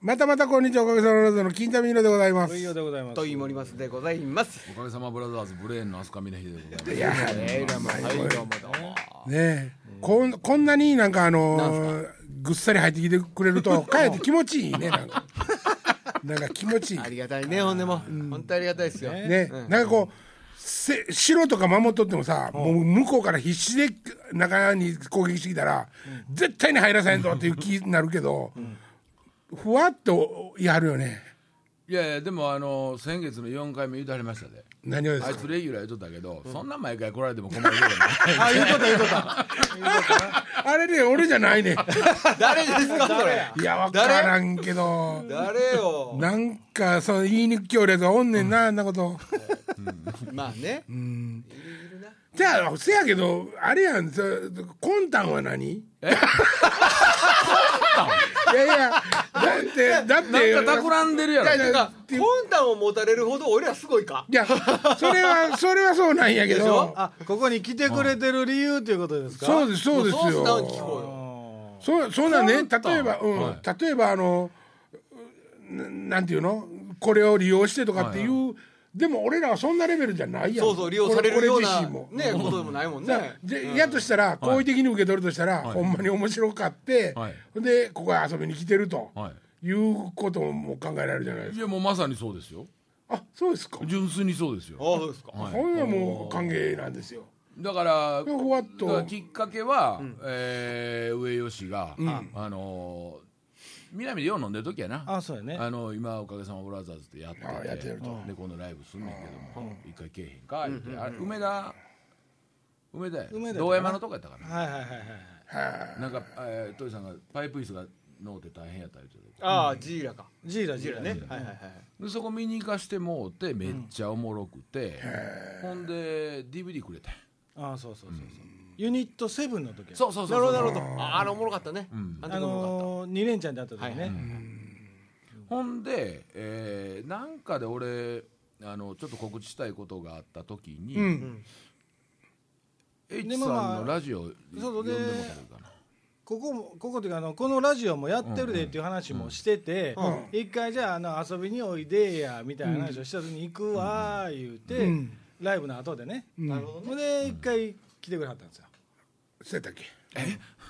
またまたこんにちはおかげさまでの金田美濃でございます水曜でございますとい森松でございます。 おかげさまブラザーズブレーンの飛鳥峰秀でございいやーねはい、どうもどうも。ねこんこんなになんかあのーぐっさり入ってきてくれる とかえって気持ちいいねなんかなんか気持ちいいありがたいね、ほんでも、本当ありがたいですよ。ね、なんかこうせ城とか守っとってもさ、もう向こうから必死で中に攻撃してきたら、絶対に入らさへんぞっていう気になるけど、ふわっとやるよねます。いやいやでもあの先月の4回目言うてはりましたで。何をですあいかつレギュラー言うとったけど、そんな毎回来られても困るよね。あ、言うこと言うこと。あれね俺じゃないね誰ですか、それ。いやわからんけど誰 よ。なんかその言いにくい俺がおんねんな、あんなことまあね。じゃあせやけどあれやんそ魂胆は何い やいやだってだってなんか企んでるやろ。なんか、魂胆を持たれるほど、俺らすごいか。いや、それは、それはそうなんやけでしどょ。あここに来てくれてる理由ということですかそううです、そうですそうしたん聞よ。こそう、そうなんね、例えば、はういん、例えば、あの。ななんていうの、これを利用してとかっていう。でも、俺らはそんなレベルじゃないよ。やん。そうそう、利用されるような。俺俺自身ねも、ことでもないもんだからね。でやとしたら好意的に受け取るとしたら、ほんまに面白かって、はいでここへ遊びに来てると、、はいうことも考えられるじゃないですいかやもうまさにそうですよ。あそうですか、純粋にそうですよ。ああ、そうですか。はいほんならもう歓迎なんですよだから。ふわっだからときっかけは、えー上吉が、あのー南でよう飲んでる時やなあそうやねあの今おかげさまブラザーズってやっててあやってるとで今度ライブすんねんけども、一回けえへんか言うて、あれ梅田梅田や梅田やな道山のとこやったかな、はいはいはいはいなんか、えー、トイさんがパイプ椅子がのうて大変やったりとああ、ジーラか。ジーラジジーーララねね。はいはいはい。でそこ見に行かしてもうてめっちゃおもろくて、ほんで DVD くれたんやあそうそうそうそうユニットセブンの時やそうそうそなるうそほど、うなるほど。ああれおもろかったね。ああの時おもろかった。のー二連ちゃんで会った時はいはいねほんで、えーなんかで俺あのちょっと告知したいことがあった時に、H でまさあまあんのラジオそうそ呼うんででもらえるかなここもここというかあのこのラジオもやってるでっていう話もしててうん一回じゃああの遊びにおいでやみたいな話をした時に行くわ言うてんライブの後でねんなるほどほね。んで一回来てくれはったんですよそうやったっけ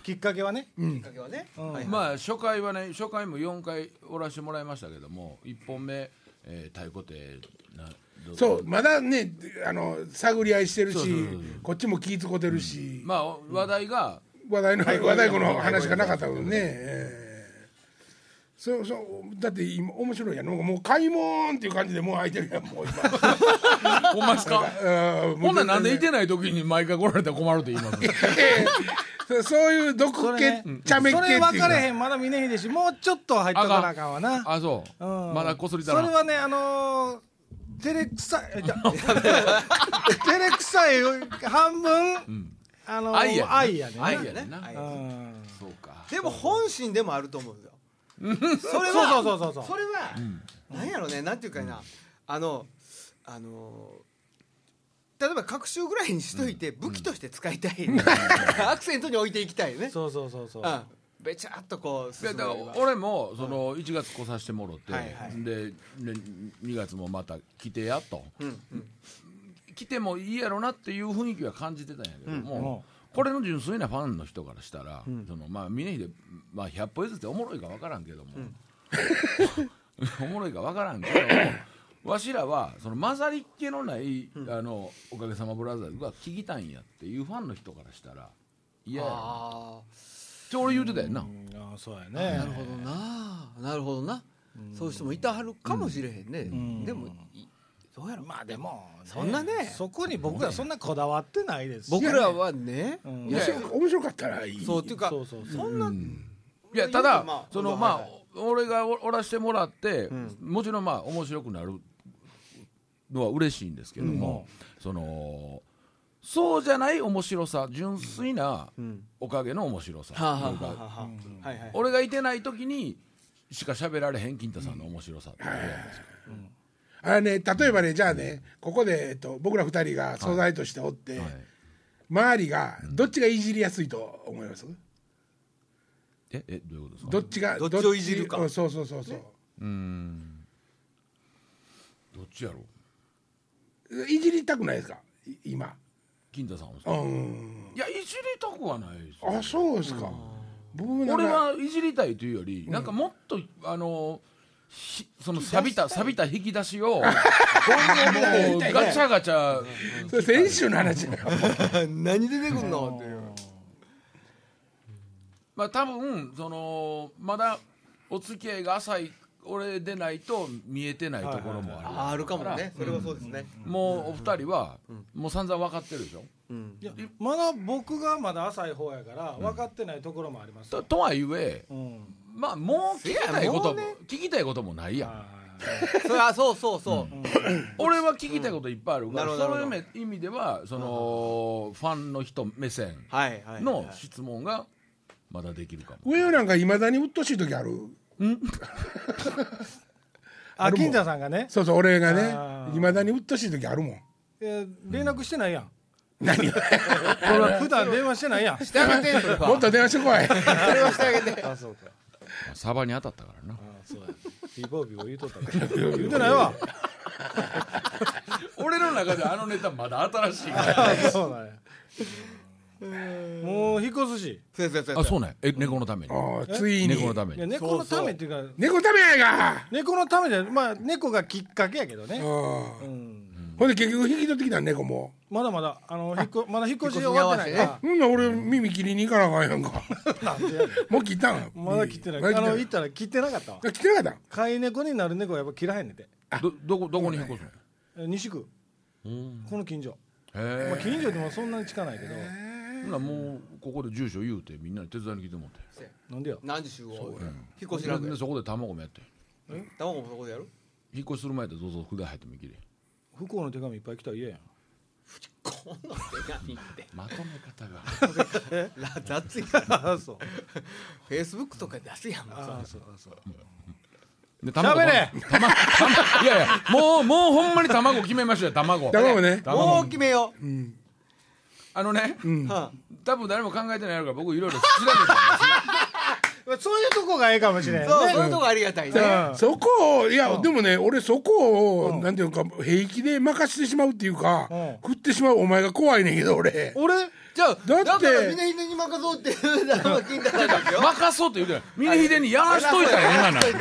きっかけはねきっかけはね。はいはいまあ初回はね初回も4回おらしてもらいましたけども1本目、えー、太鼓亭などそうまだねあの探り合いしてるしそうそうそうこっちも気ぃ使ってるし、まあお話題が、話題の和太鼓の話がなかったもんね、ええそうそうだって今面白いやんもう開門っていう感じでもう開いてるやんもう今 ほんまですかあーもほうんならなんでいてない時に毎回来られたら困るって言いますねええ そうそういう毒気、茶目っ気そっていれうか分かれへんまだ見ねへんでしもうちょっと入っとかなあかんわなあそう、うんまだこすりたそれらはねあのー、照れくさいえじゃ照れくさい半分、あのー、愛やね愛やね愛やねんな愛うやねんそうかでも本心でもあると思うんですよ。それそはうそうそうそうそれは、なんやろねなんていうかな、あのあの例えば各種ぐらいにしといて、武器として使いたい、 アクセントに置いていきたいね。そうそうそうそううんべちゃっとこういや進めだれかばら俺もその1月来させてもろて、はいはいで2月もまた来てやとうんうん来てもいいやろなっていう雰囲気は感じてたんやけども、これの純粋なファンの人からしたら、そのまあ峰秀、まあ、100歩譲っておもろいか分からんけども、 おもろいか分からんけどもわしらはその混ざりっ気のない、あのおかげさまブラザーズが聞きたいんやっていうファンの人からしたら嫌やなあって俺言うてたよな、うんあそうやねあなるほどななるほどな、そういう人もいたはるかもしれへんね、んでもいどうやろまあでも、そんなねそこに僕らそんなこだわってないですし僕らはね、うんい面や白面白かったらいいそうっていうかそうそうそうそんな、いやただ、まあそまのあまあ、俺がおおらしてもらって、もちろんまあ面白くなるのは嬉しいんですけども、そのそうじゃない面白さ純粋なおかげの面白さ、はあ、はあなんかはあはあはいはい俺がいてない時にしか喋られへん金太さんの面白さっていうのがあるんですよあれね例えばねじゃあねここで、えっと、僕ら二人が素材としておって、はい周りがどっちがいじりやすいと思います、ええどういうことですかどっちがどっちをいじるかうんそうそうそうそう、うーんどっちやろういじりたくないですかい今金太さんはうーんいやいじりたくはないですよあそうですか、僕なんか俺はいじりたいというより、なんかもっとあのひその錆びた錆びた引き出しをこうもうガチャガチャそれ先週の話だよ何出てくんのっていうまあ多分そのまだお付き合いが浅い俺でないと見えてないところもある、ああるかもねそれはそうですねもうお二人は、もう散々分かってるでしょうんいやまだ僕がまだ浅い方やから分かってないところもありますととはいえうんまあもう聞きたいことせも、やも聞きたいこともないやんはいそれあそうそうそう俺は聞きたいこといっぱいあるから、うんなるほそどういう意味ではその、ファンの人目線はいはいの質問がまだできるかも、上なんかいまだに鬱陶しい時あるあ金田さんがねそうそう俺があねーいまだに鬱陶しい時あるもんえー連絡してないやん何普段電話してないやんしてあげてそれもっはと電話してこいそれはしてあげてあそうかサバに当たったからなあそうやビボビボ言うとったから言うてないわ俺の中であのネタまだ新しいか らあそうなんやもう引っ越すしそうそうそうあそうねえ猫のためにもうついに猫のためいやに猫のためっていうか猫食べやいか猫のためでまあ猫がきっかけやけどうねんうんほんで結局引き取ってきたん猫もまだまだあの引っ越まだ引っ越し終わってないかうん俺耳切りに行かなあかんやんからなんでやねん もう切ったんまだ切ってない。まだあの切行ったら切ってなかったわ。切ってなかっ飼い猫になる猫はやっぱ切らへんねんて。どどこどこに引っ越すのえ西区うんこの近所。まあへ近所でもそんなに近ないけど。えほなもうここで住所言うてみんなに手伝いに来てもってなんでよ。何時集合引っ越しそなれんででそこで卵もやって卵もそこでやる引っ越しする前でどうぞ札入ってもいきれ不幸の手紙いっぱい来たら嫌やん。こんな手紙ってまとめ方がら雑やんフあそう。ェイスブックとかで出すやんもうあそうあそう。 で喋れ。卵卵いやいやもうもうほんまに卵決めましたよ卵た卵ねそれもう決めようあのね、は多分誰も考えてないやろから僕いろいろ調べたんですよそういうとこがええかもしれんいね。そうそういうとこありがたいねうんそこをいやでもね俺そこをなんていうか平気で任してしまうっていうかう食ってしまうお前が怖いねんけど俺俺 じゃあだってだからみんなみんなに任そうっていうのは金太さんですよ任そうって言うてない峰秀にやらしといたらええがなそうそ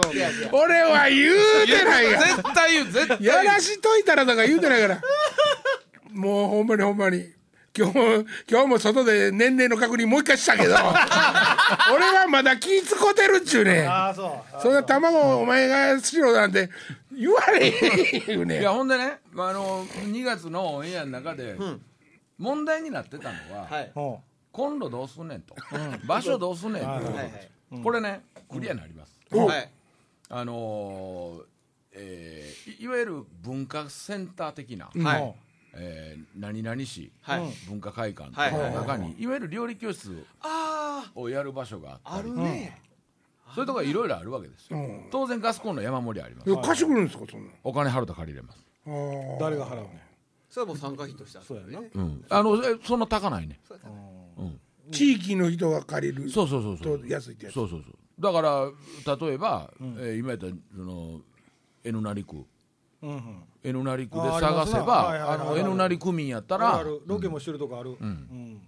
うそういやいや俺は言うてないが絶対言う絶対言やうらしといたらとか言うてない から。もうほんまにほんまに。今日も、今日も外で年齢の確認もう一回したけど、 俺はまだ気使ってるっちゅうねん。あそう。そんな卵をお前がしろなんて言われへん言うねいん。やほんでね、まあ、あの2月のオンエアの中で問題になってたのは、はいうん。コンロどうすんねんと、場所どうすんねんと、はいはいこれねクリアになります、おはいあのーえーいいわゆる文化センター的な、はいうんえー何々市、はい文化会館とはいかの中にいわゆる料理教室あをやる場所がああっあたりるねそういうとこがいろいろあるわけですよ、うん当然ガスコンロ山盛りあります、いや貸してくれるんですか、そんなお金払うと借りれます、の。あ誰が払うねん。それはもう参加費としてあるそうやな。うん、あのえそんな高ないね、うん、ー地域の人が借りるそうそうそうそうと安いってやつ。そうそうそうだから例えば、えー今やったらその N 成区うんうん。 N 成区であーありま探すせなはいはいばはあいの N 成区民やったあらるロケもしてるとこある。うん。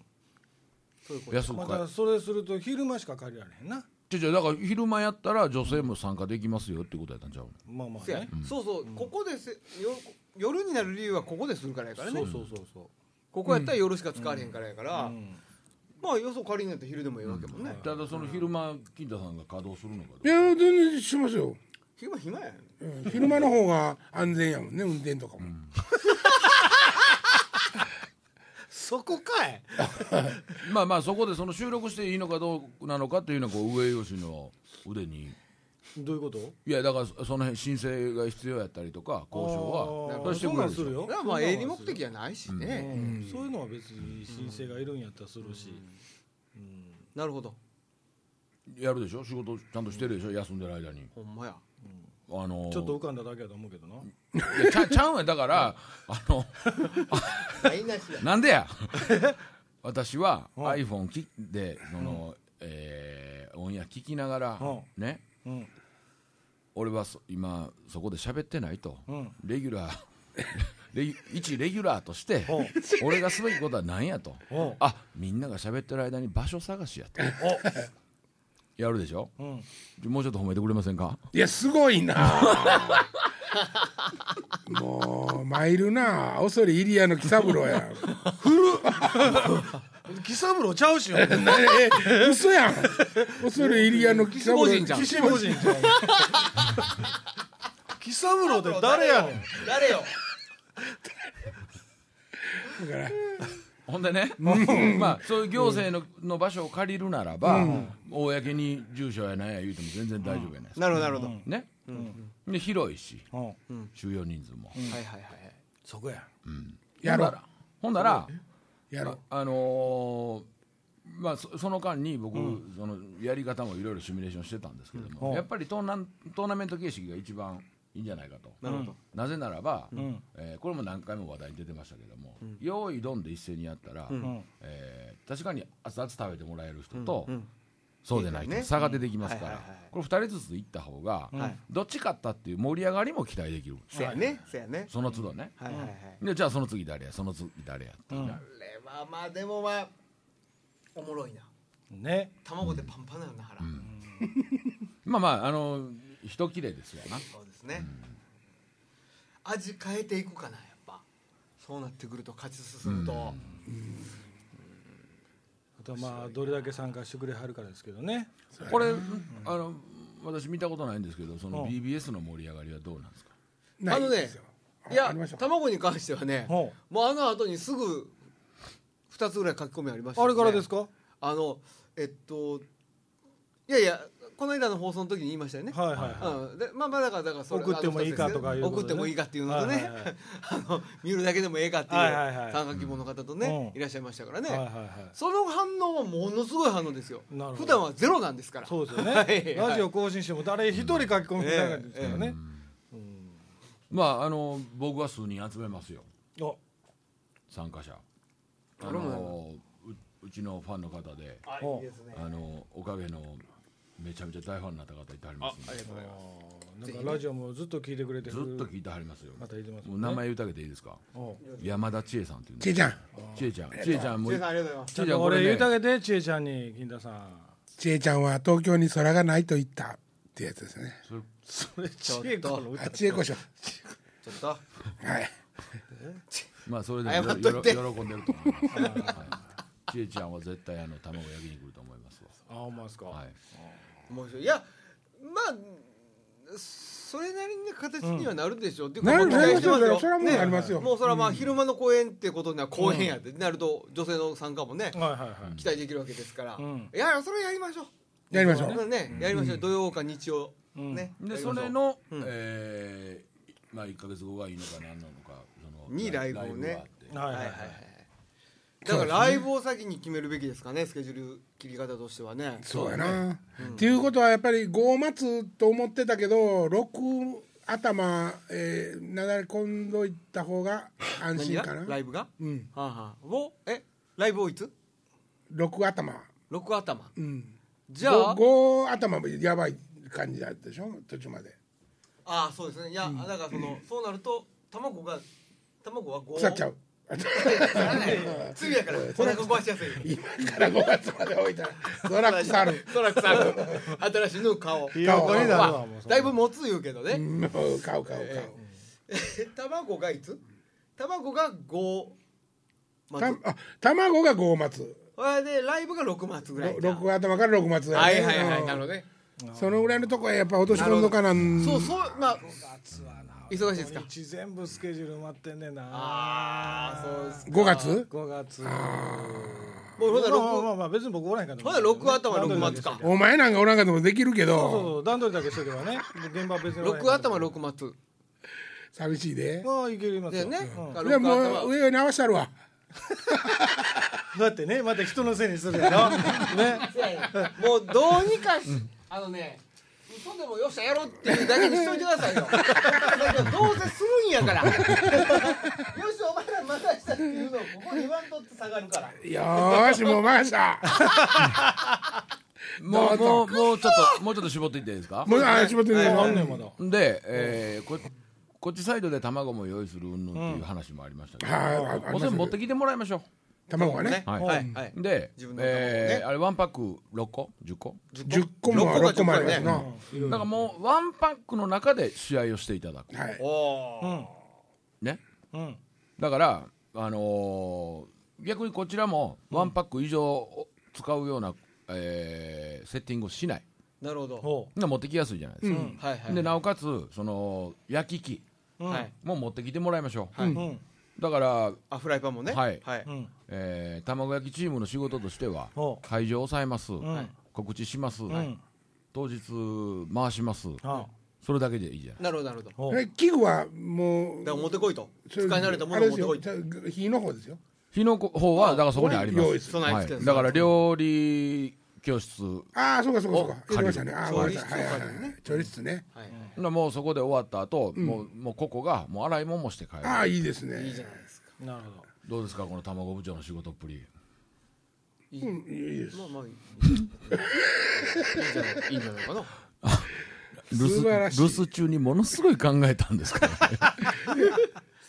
そういうこと安くま買たえそれすると昼間しか借りられへんな。ちょちょだから昼間やったら女性も参加できますよってことやったんちゃうのまあまあそうやね。そうそうここですよ夜になる理由はここでするからやからねそうそうそう。ここやったら夜しか使われへんからやからんまあよそ借りになって昼でもいいわけもんねただその昼間金太さんが稼働するのかどいうかや、全然しますよ。昼間暇やんうん昼間の方が安全やもんね、運転とかも。そこかい。まあまあそこでその収録していいのかどうなのかっていうのはこう上吉の腕にどういうこと？いやだからその辺申請が必要やったりとか交渉はあーしてそんくなれるんですしょるよそれはまあ営利目的じゃないしうねんそういうのは別に申請がいるんやったらするし、なるほどやるでしょ仕事ちゃんとしてるでしょ休んでる間にほんまやあのーちょっと浮かんだだけやと思うけどな、いやちゃちゃうんやだからあの台無しや なんでや私は iPhone きでその、えーオンエア聞きながらうんねうん俺はそ今そこで喋ってないと、んレギュラー レギュ一レギュラーとして俺がすべきことは何やとおうあみんなが喋ってる間に場所探しやとやるでしょ、んもうちょっと褒めてくれませんかいやすごいな もう参るな恐れ入り屋の喜三郎やキサブロちゃうしよな え嘘やん恐れ入り屋の喜三郎岸本人じゃん岸 本人ちゃうキサブロって誰やねん誰よだからほんでね、 まあ、そういう行政の,、の場所を借りるならば、公に住所やなんや言うても全然大丈夫やないですか、なるほどなるほど、ね、で広いしうん収容人数も、はいはいはいはいそこややろほんならほんなら、やろあのーまあ、そその間に僕、そのやり方もいろいろシミュレーションしてたんですけども、うんやっぱりトーナントーナメント形式が一番いいんじゃないかとなるほど、なぜならば、んえーこれも何回も話題に出てましたけども、用意どんで一斉にやったら、んえー確かに熱々食べてもらえる人と、うんうんそうでないい人いのね差が出てきますから、うんはいはいはいこれ2人ずつ行った方が、はいどっち勝ったっていう盛り上がりも期待できる、せやねせやねその都度ね、はいはいはいでじゃあその次誰やその次誰やっこて、れはまあでもまあおもろいなね卵でパンパンなよな腹、まあまああの一切れですよなそうですね、味変えていくかなやっぱそうなってくると勝ち進むと、あとまあどれだけ参加してくれはるかですけどねこれあの私見たことないんですけどそうのん BBS の盛り上がりはどうなんですかないあのねですよいやありましょう卵に関してはねほもうあの後にすぐ2つぐらい書き込みありましたあよれねからですかあのえっといやいやこの間の放送の時に言いましたよね、はいはいはうん、でまあまあだからだからそれ送ってもいいかとかいうことね送ってもいいかっていうのとね、はいはいはいあの見るだけでもええかっていうはいはいはい三角希望の方とね、うんいらっしゃいましたからいね、はいはいはいその反応はものすごい反応ですよなるほど普段はゼロなんですからそうですよはねいラジオ更新しても誰一人書き込みなかったですからねまああの僕は数人集めますよあ参加者あ俺ものううちのファンの方であいいですねあのおかげのめちゃめちゃ大ファンになった方いてはりますんでなんかラジオもずっと聞いてくれてずるっと聞いてはりますよまた言ってますもう名前言うたけていいですかおう山田千恵さんっていうちいちゃんの千恵ちゃん千恵ちゃんも千恵さんありがとうございますちょっと俺言うたげてちえちゃんに銀田さんちえちゃんは東京に空がないと言ったってやつですねそれそれちえこの歌あちえこしょちょっとはいまあそれで謝っもよとろいて喜んでると思いますはい千恵ちゃんは絶対あの卵焼きに来ると思いますわあほんまですか、はい面白いいやまあそれなりに形にはなるでしょう、っていうなるもう期待してますなるそれはもうありますよもうそれはまあ昼間の公演ってことには公演やって、なると女性の参加もね、はいはいはい、期待できるわけですから、んいやそれやりましょうやりましょそれうね、やりましょう、土曜か日曜、ねでやりそましょうれの、えーまあ1か月後がいいのか何なのかそのにライブをねがあってはいはいはいだからライブを先に決めるべきですかねスケジュール切り方としてはねそうやな、っていうことはやっぱり5月と思ってたけど6頭、えー、なだれ込んどいた方が安何心がかラなイブが、うんはあはあをえライブをいつ6頭6頭うんじゃあ 5, 頭もやばい感じだったでしょ途中までああそうですねいや、だからそのそうなると卵が卵は5腐っちゃう 次やからお腹壊しやすい今から5月まで置いたらそら腐るそらくさ 新しいの顔ひよこになるわもうそれだいぶ持つ言うけどね、うんもう買う買う買う、 卵がいつ卵が5まずたあ卵が5末それでライブが6末ぐらいか6頭から6末だはよいねはいはいうんなるほどねそのぐらいのとこへやっぱ落とし込んどかなんそうそうまあ忙しいですか土日全部スケジュール埋まってんねんなああそうです5月5月もうほんならまあまあま6あまあ別に僕おらへんからほんなら6頭6末かお前なんかおらんかでもできるけそうそどうそう段取りだけしとけばね現場は別におらへん6から頭6末寂しいでまあいけるいますだよよねうんだいやからもう6頭上に合わせたるわだってねまた人のせいにするやろねもうどうにかしあのね嘘でもよっしゃやろうっていうだけにしといてくださいよ だけどどうせするんやから よしお前らまだしたって いうのをここに言わんとって下がるからよーしもう回したもうどうぞもうもうちょっともうちょっと絞っていっていいですかもうあ絞ってね、あんねんまだで、えーここっちサイドで卵も用意するうんぬんっていう話もありましたけど、はいあありましたおせん持ってきてもらいましょ卵がねねはいはいはいうで、自分の卵えねーあれワンパック6個10個、 10個も6個もありますな、うだからもうワンパックの中で試合をしていただくはいおーねうんだからあのー逆にこちらもワンパック以上を使うような、えーセッティングをしないなるほどおうみんな持ってきやすいじゃないですか、はいはいでなおかつその焼き器うんはいも持ってきてもらいましょう、はいうんだからあフライパンもねはいはいうんえー卵焼きチームの仕事としてはお会場を抑えます、ん告知します、うん当日回します、あそれだけでいいじゃなないるほどなるほどだかおうえ器具はもうら持ってこいと使い慣れたもあのをれで持っすてこよいと火の方ですよ火の方はだからそこにありま用意すするはい備え付けですだから料理教室ああそうかそうかそうか入れましたねああ調ごめん理な室さいはいはいとかはにい調理室ねはいもうそこで終わった後、もうもうここがもう洗い物もして帰るああいいですいいねじゃないですかなるほどどうですかこの卵部長の仕事っぷりうんいいですまあまあいいいいんじゃないいいんじゃないかな留素守晴らしい留守中にものすごい考えたんですから、ね、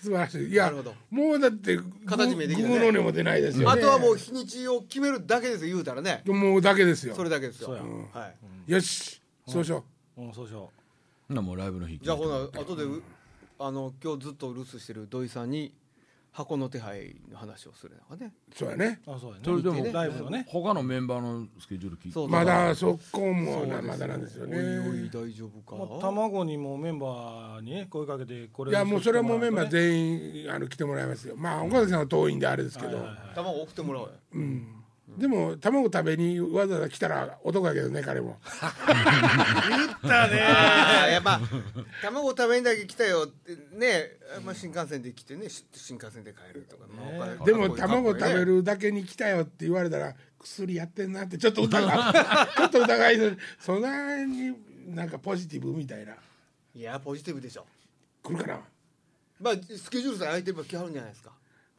素晴らしいいやなるほどもうだってグ形見できたーねの音も出ないですよあねとはもう日にちを決めるだけですよ言うたらねもうだけですよそれだけですよそうやはいよしそうしようんそうしよほなもうライブの日じゃあほな後でうあの今日ずっと留守してる土井さんに箱の手配の話をするのかねうそうやねうあそうやねそれでもライブのね他のメンバーのスケジュール聞いてそうまそうだそこもですよまだなんですよおいおいね大丈夫もうか卵にもメンバーにね声かけてこれいやもうそれはもうメンバーで全員あの来てもらいますよまあ岡崎さんは遠いんであれですけど卵送ってもらおう よでも卵食べにわざわざ来たら男やけどね彼もあーやっぱ卵食べにだけ来たよってね、まあ、新幹線で来てねし新幹線で帰るとか、まあお金でもかっこいい卵食べるだけに来たよって言われたら薬やってんなってちょっと疑う ちょっと疑いするそんなになんかポジティブみたいないやポジティブでしょ来るかなまあスケジュールさえ空いてれば来はるんじゃないですか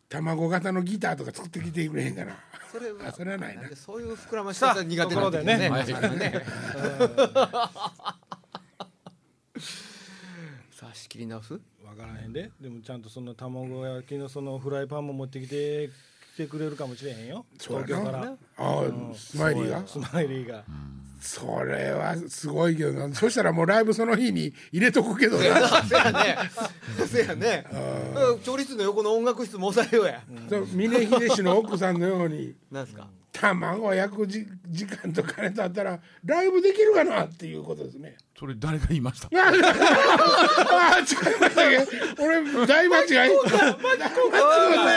卵型のギターとか作ってきてくれへんかなそれあはそれはないなでそういう膨らまし方が苦手なんだよねさあところでねさあ仕切り直す 分からへんででもちゃんとその卵焼きのそのフライパンも持ってきてきてくれるかもしれへんよそうや東京かならああスマイリーがスマイリーがそれはすごいけどなそしたらもうライブその日に入れとくけど なせやねせやね調理室の横の音楽室も抑えようやそう峰秀氏の奥さんのようになんすか卵焼くじ時間と金とあったらライブできるかなっていうことですねそれ誰が言いました ああ違いましたっけ俺大間違いあ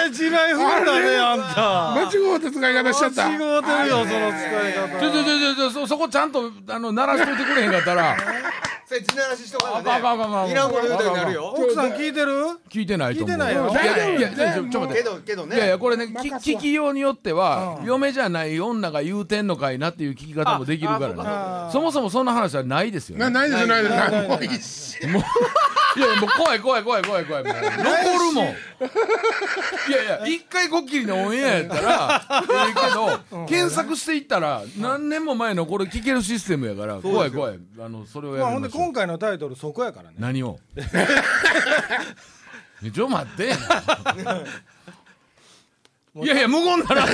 れ地雷踏んだねあんた 間違うた使い方しちゃった間違うてるよその使いちょ方ちょちょちょそそこちゃんとあの鳴らしといてくれへんかったらせ地ならししとかあまあまあまあまなあねいらんこと言うたになるよ奥さん聞いてる聞いてないと思聞いうてないよや大いやい丈夫やちょちょちょっと待っけてどけどねいやいやこれね任きすわ聞きようによっては、嫁じゃない女が言うてんのかいなっていう聞き方もできるかああそうからねそもそもそんな話はないですよねなないですないですないなないいもういいしもういやいやもう怖い怖い怖い怖い怖いもう残るもんいやいや一回こっきりのオンエアやったらええけど検索していったら何年も前のこれ聞けるシステムやから怖い怖いあのそれをまあやほりんまでしょう今回のタイトルそこやから ね何をえちょ待っていやいや無言だな あかんあか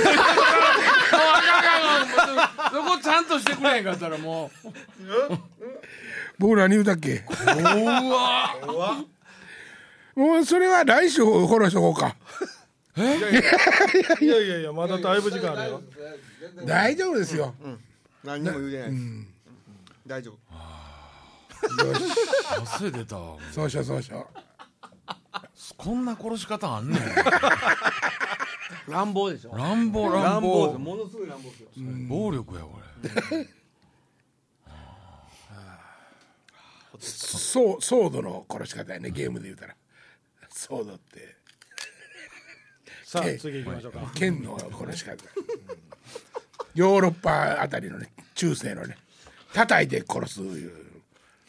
んあかんそこちゃんとしてくれへんかったらもう僕何言うたっけうわもうそれは来週フォローしとこうかいやいやいやまだだいぶ時間あるよ大丈夫ですよ何にも言うてないです大丈夫汗出たわそうしようそうしよこんな殺し方あんねん乱暴でしょ乱暴乱乱暴ですも暴のすごい乱暴ですよ暴力やこれうそうソードの殺し方やねゲームで言うたらソードってさあ次行きましょうか剣の殺し方ヨーロッパあたりのね中世のね叩いて殺すいう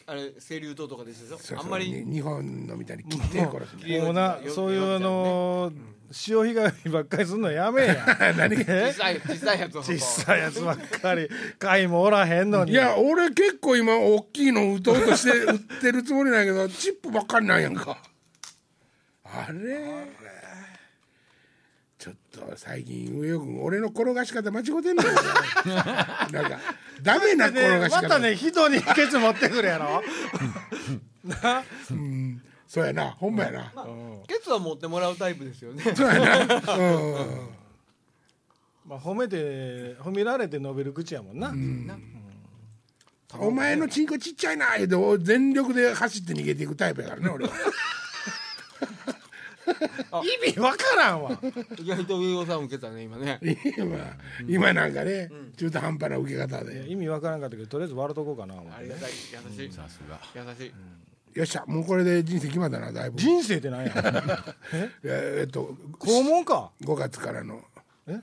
あれ清流島とかですよそうそうあんまりに日本のみたいに切って殺す切り絵もうなよくそういやうるあじゃんねのー潮干狩りばっかりするのやめえや 何小さい小さいやつを小さいやつばっかり貝もおらへんのにいや俺結構今大きいの打とうとして 売ってるつもりなんやけどチップばっかりなんやんかあれちょっと最近上尾君俺の転がし方間違ってん のよなんかダメな転でがしま方、たね人にケツ持ってくるやろなそうやなほんまやな、ケツは持ってもらうタイプですよねそうやなうんうんまあ褒めて褒められて伸びる口やもんな、お前のチンコちっちゃいな言うてお全力で走って逃げていくタイプやからね 俺は意味わからんわ 意外と上尾さん受けたね今ね今今なんかね中途半端な受け方いやで意味わからんかったけどとりあえず笑っとこうかな思っあてりがたい優しい優さすがしいよっしゃもうこれで人生決まったなだいぶ人生ってなんえやーえっと肛門か5月からのえ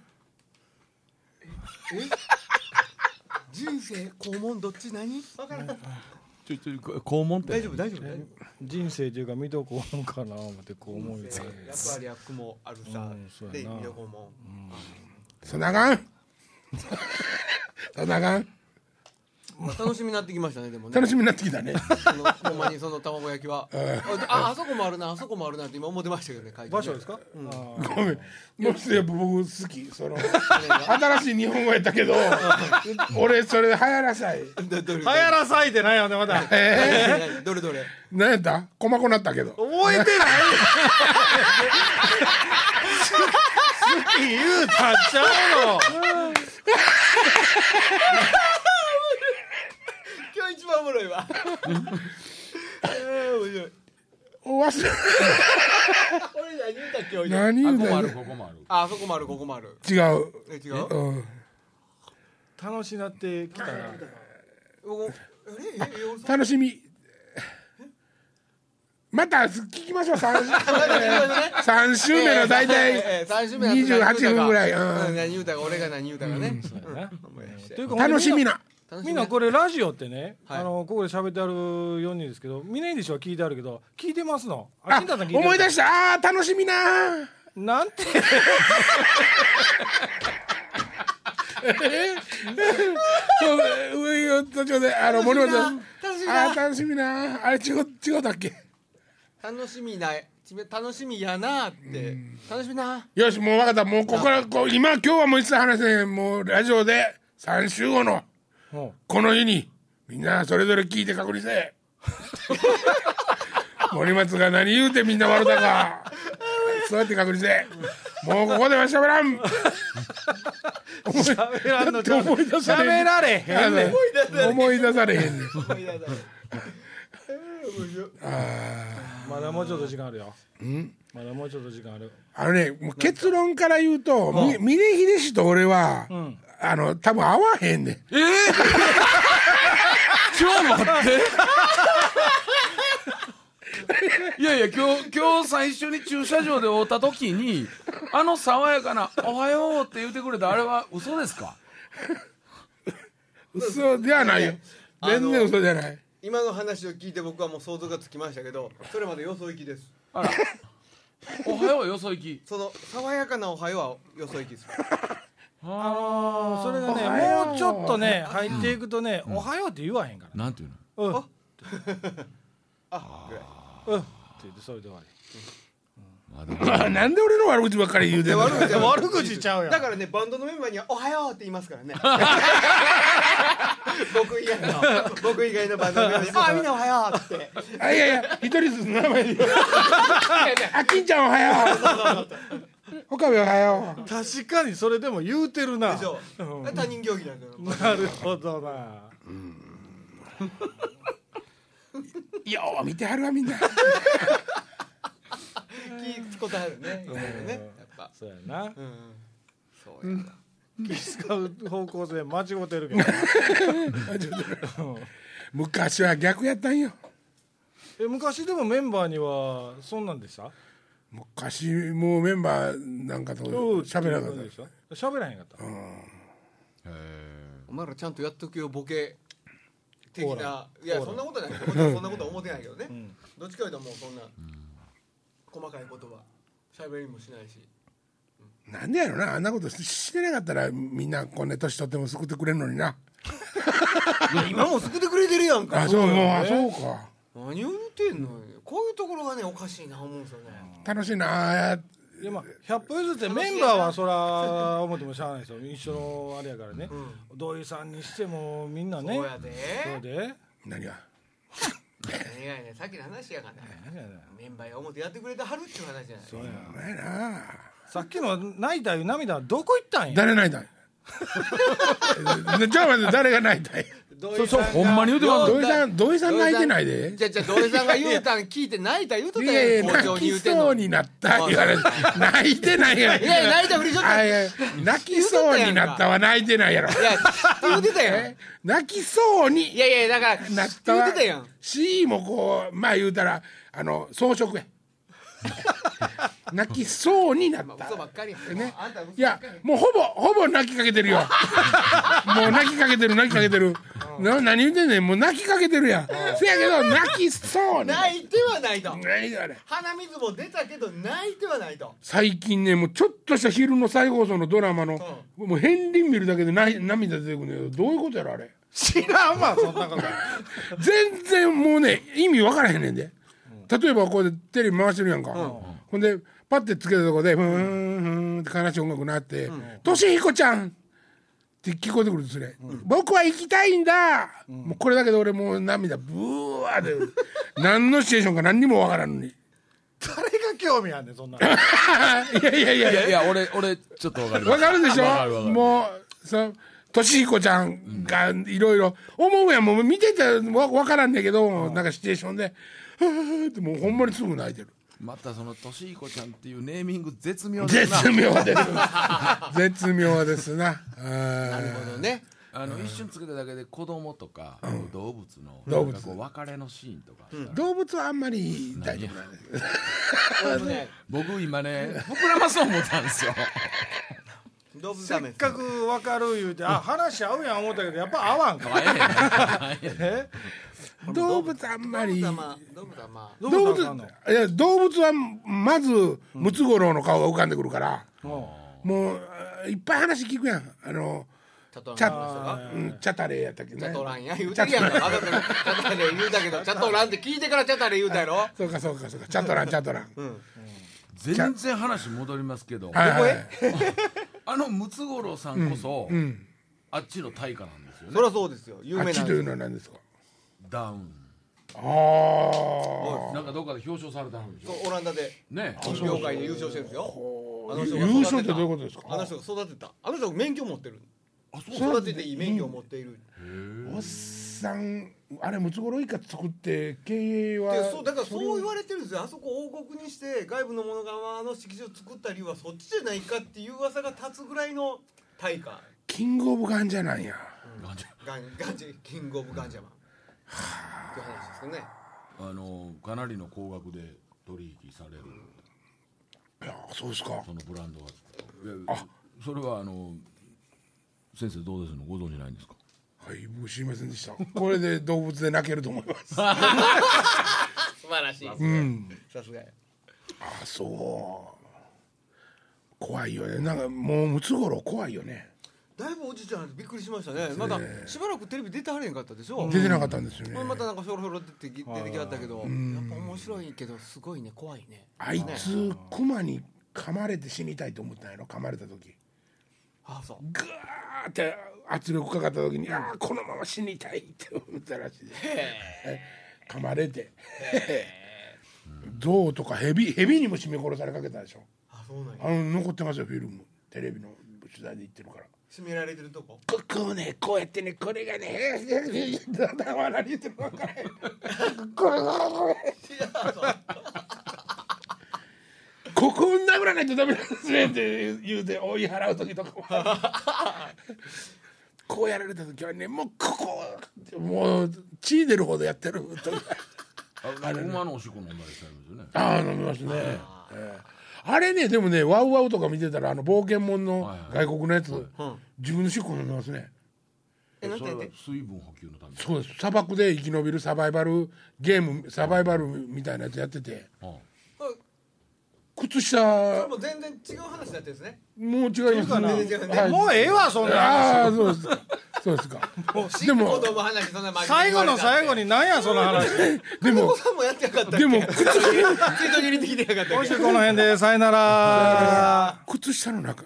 人生肛門どっち何わからんちょいちょいこ肛門って大丈夫大丈夫大丈人生っていうか見とこうかな思って肛門言うて夫やっぱり役もあるうさんそうやなで横もそんなあかんそんなあかんまあ楽しみになってきましたねでもね楽しみになってきたねそのほんまにその卵焼きはああそこもあるなあそこもあるなって今思ってましたけどね会場場所ですか、あーごめんもうすぐ僕好きその新しい日本語やったけど俺それ流行らさいどどれ流行らさいてないよねま だ覚ええどれどれ何やった細こなったけどてない好き言うたんちゃうの今日一番おもろいわえー面白い忘れ俺何言った今日何あ言こうこたんやもあるここもあるああそこもあるここもある違う、え違ううん、楽しなってきたなおあれええ俺そんな楽しみまた聞きましょう 3, 3週目の大体えーえーえー三週目28分ぐらい、う、うんん、何言うたか俺が何言うたかね、うんな思い出してというか楽しみなな楽みしみんななこれラジオってね、はいあのここで喋ってある4人ですけど峰岸は聞いてあるけど聞いてますのあ金田さん聞いてる思い出したあー楽しみな なんてそう上を途中であの森本さん楽しみあなー楽しみなあれ違う違うだっけ楽しみなちめ楽しみやなって楽しみなよしもう分かったもうここからこう今今日はもう一切話せへんもうラジオで3週後のもこの日にみんなそれぞれ聞いて確認せえ 森松が何言うてみんな笑ったかそうやって確認せえもうここでは喋らんう喋らんのちゃうだって思い出されん喋られへんあの思い出されへんねん思い出さないまだもうちょっと時間あるよ。まだもうちょっと時間ある。あのね、もう結論から言うと、み峰秀氏と俺は、あの、多分合わへんねん。ちょっと待 って。いやいや今日今日最初に駐車場で会った時にあの爽やかな「おはよう」って言ってくれたあれは嘘ですか嘘ではないよ。あの全然嘘じゃない。今の話を聞いて僕はもう想像がつきましたけどそれまでよそ行きですあら「おはようよそ行きその爽やかなおはようはよそ行きです」あのーそれがおはようね、もうちょっとね、入っていくとね、おはようって言わへんかなんていうのら。うん。うん。っあぐらいて言って、それで終わまだ なんで俺の悪口ばっかり言うてんの 悪口り。悪口ちゃうやんだ。からねバンドのメンバーには「おはよう」って言いますから ね僕以外の僕以外のバンドのメンバーに「 あみんなおはよう」ってあ、いやいや、一人ずつ名前で 言う。あ、金ちゃんおはよう。岡部おはよう。確かにそれでも言うてるな。でしょ他人行儀なんだよなるほどな。よう見てはるわ、みんな。気ぃことあるねいろいろねやっぱそうやな。うんそうやな気使う方向性間違ってるけど。昔は逆やったんよ。え、昔でもメンバーには、そんなんでした昔、もうメンバーなんかと喋らなかったで。しょ喋らへんかった。お前らちゃんとやっとくよボケ的オーなラいやそんな ことないけどそんなことは思ってないけどね、んどっちかいうともうそんな細かいことは喋りもしないしなんでやろなあんなことししてなかったらみんなこんな年取っても救ってくれるのにな今も救ってくれてるやんかあそうもうあそうか何を言ってんのこういうところがねおかしいな思うんですよね楽しいなあいやまあ百歩譲ってメンバーはそら思ってもしゃあないですよ一緒のあれやからね、土井さんにしてもみんなねこうやでそうで何が何がや ねんさっきの話やからねメンバーが表やってくれてはるっていう話じゃないそうやお前なあさっきの泣いたいう涙はどこ行ったんや誰ない だいじゃあ待って誰が泣いたい土そ井うそうさんほんまに言うてます土井さん土井さん泣いてないでじゃあじゃあ土井さんが言うたん聞いて泣いた言うといったやいややん校長泣に言きうてんそのうになった言われて泣いてないやろいやいや泣いたふりしとったあいや泣きそうになったは泣いてないやろいや言うてたやん泣きそうにいやいやだからなった言うわてたやん C もこうまあ言うたらあの装飾や泣きそうになっまあた嘘ばっかりやねあんた嘘ばっかりいやもうほぼほぼ泣きかけてる よもう泣きかけてる泣きかけてるな何言うてんねんもう泣きかけてるやんせやけど泣きそうに泣いてはないと何あれ鼻水も出たけど泣いてはないと最近ねもうちょっとした昼の再放送のドラマの、もう片鱗見るだけでない涙出てくるんだけどどういうことやろあれ知らんわそんなこと全然もうね意味分からへんねんで例えばこうでテレビ回してるやんか、ほんでパッてつけたとこで「ふーんふーん」って悲しい音楽になって「としひこちゃん!」って聞こえてくるんですね、僕は行きたいんだ、もうこれだけで俺もう涙ブワーで何のシチュエーションか何にも分からんのに い誰が興味あんねんそんなのやいやいやいやいや俺俺ちょっとわかりま わすかるでしわかるわょかるもうそのとしひこちゃんがいろいろ思うやんもう見ててわわからんねんけどなんかシチュエーションで「ふーふーふーってもうほんまにすぐ泣いてるまたそのとしいこちゃんっていうネーミング絶妙だな絶妙です 絶妙ですなあーなるほどねあの一瞬つけただけで子供とか動物の動物なんかこう別れのシーンとかあったら動物はあんまり大丈夫なんですけど俺もね僕今ね膨らまそう思ったんですよ動物せダっメかく分かる言うてあ話合うやん思ったけどやっぱ合わんかあええねんええねんえ動物あんまり動物はまあ動物はまあど動う物なのいや動物はまずムツゴロウの顔が浮かんでくるから、もうあーいっぱい話聞くやんあのチャトランチャの人がうんチャタレーやったっけねチャトランや言うてるやんかわざとチャタレ言うたけどチャトランって聞いてからチャタレ言うたやろそうかそうかそうかチャトランチャトラン、全然話戻りますけどはいはいあのムツゴロウさんこそあっちの大化なんですよねそりゃそうですよ有あっ名なちんといでうすのは何ですかダウンああなんかどっかで表彰されたんでしょそうオランダでねえ金業界で優勝してるんですよあの人が育てた優勝ってどういうことですかあの人が育てたあの人が免許持ってるあそう育てていい免許を持っているおっさんあれムツゴロウ一家作って経営はでそうだからそう言われてるんですよあそこ王国にして外部の者側の敷地を作った理由はそっちじゃないかっていう噂が立つぐらいの大化キングオブガンじゃないやなんじゃガンガンジキングオブガンジャマンっていう話ですよねあのかなりの高額で取引されるいやそうですかそのブランドがあそれはあの先生どうですのご存知ないんですかはいもう知りませんでしたこれで動物で泣けると思います あ素晴らしいさすがやそう怖いよねなんかもうムツゴロウ怖いよねだいぶおじいちゃんびっくりしましたねまだしばらくテレビ出てはれへんかったでしょ、出てなかったんですよね、これまたなんかひょろひょろ出てき出てきはったけどやっぱ面白いけどすごいね怖いねあいつクマに噛まれて死にたいと思ったんやろ噛まれた時あそうグーって圧力かかった時にああこのまま死にたいって思ったらしいですえ噛まれて 象とかヘビヘビにも締め殺されかけたでしょあそうなんやあの残ってますよフィルムテレビの取材で言ってるから締められてるとこここうねこうやってねこれがね だんだん笑い言ってるわからへんこれこれいやそうここを殴らないとダメなんですねって言うて追い払う時とかもあるこうやられた時はねもうここってもう血出るほどやってる時あなんか馬のおしっこ飲んだりされますよねああ飲みますねええあれねでもねワウワウとか見てたらあの冒険者のはいはい外国のやつ、うん自分の尻尾飲みますねええなんそてれ言はって水分補給のためにそうです砂漠で生き延びるサバイバルゲームサバイバルみたいなやつやっててうんこ靴れ下もう全然違う話だったんですねもう違いますね違うかなはいもうええわそんなああそうですかそうですかでも子供話そんな最後の最後にになんやその話でおも子さんもやってなかったっけで も靴ツイートに入れてきてなかったっ今け週この辺でさよなら靴下の中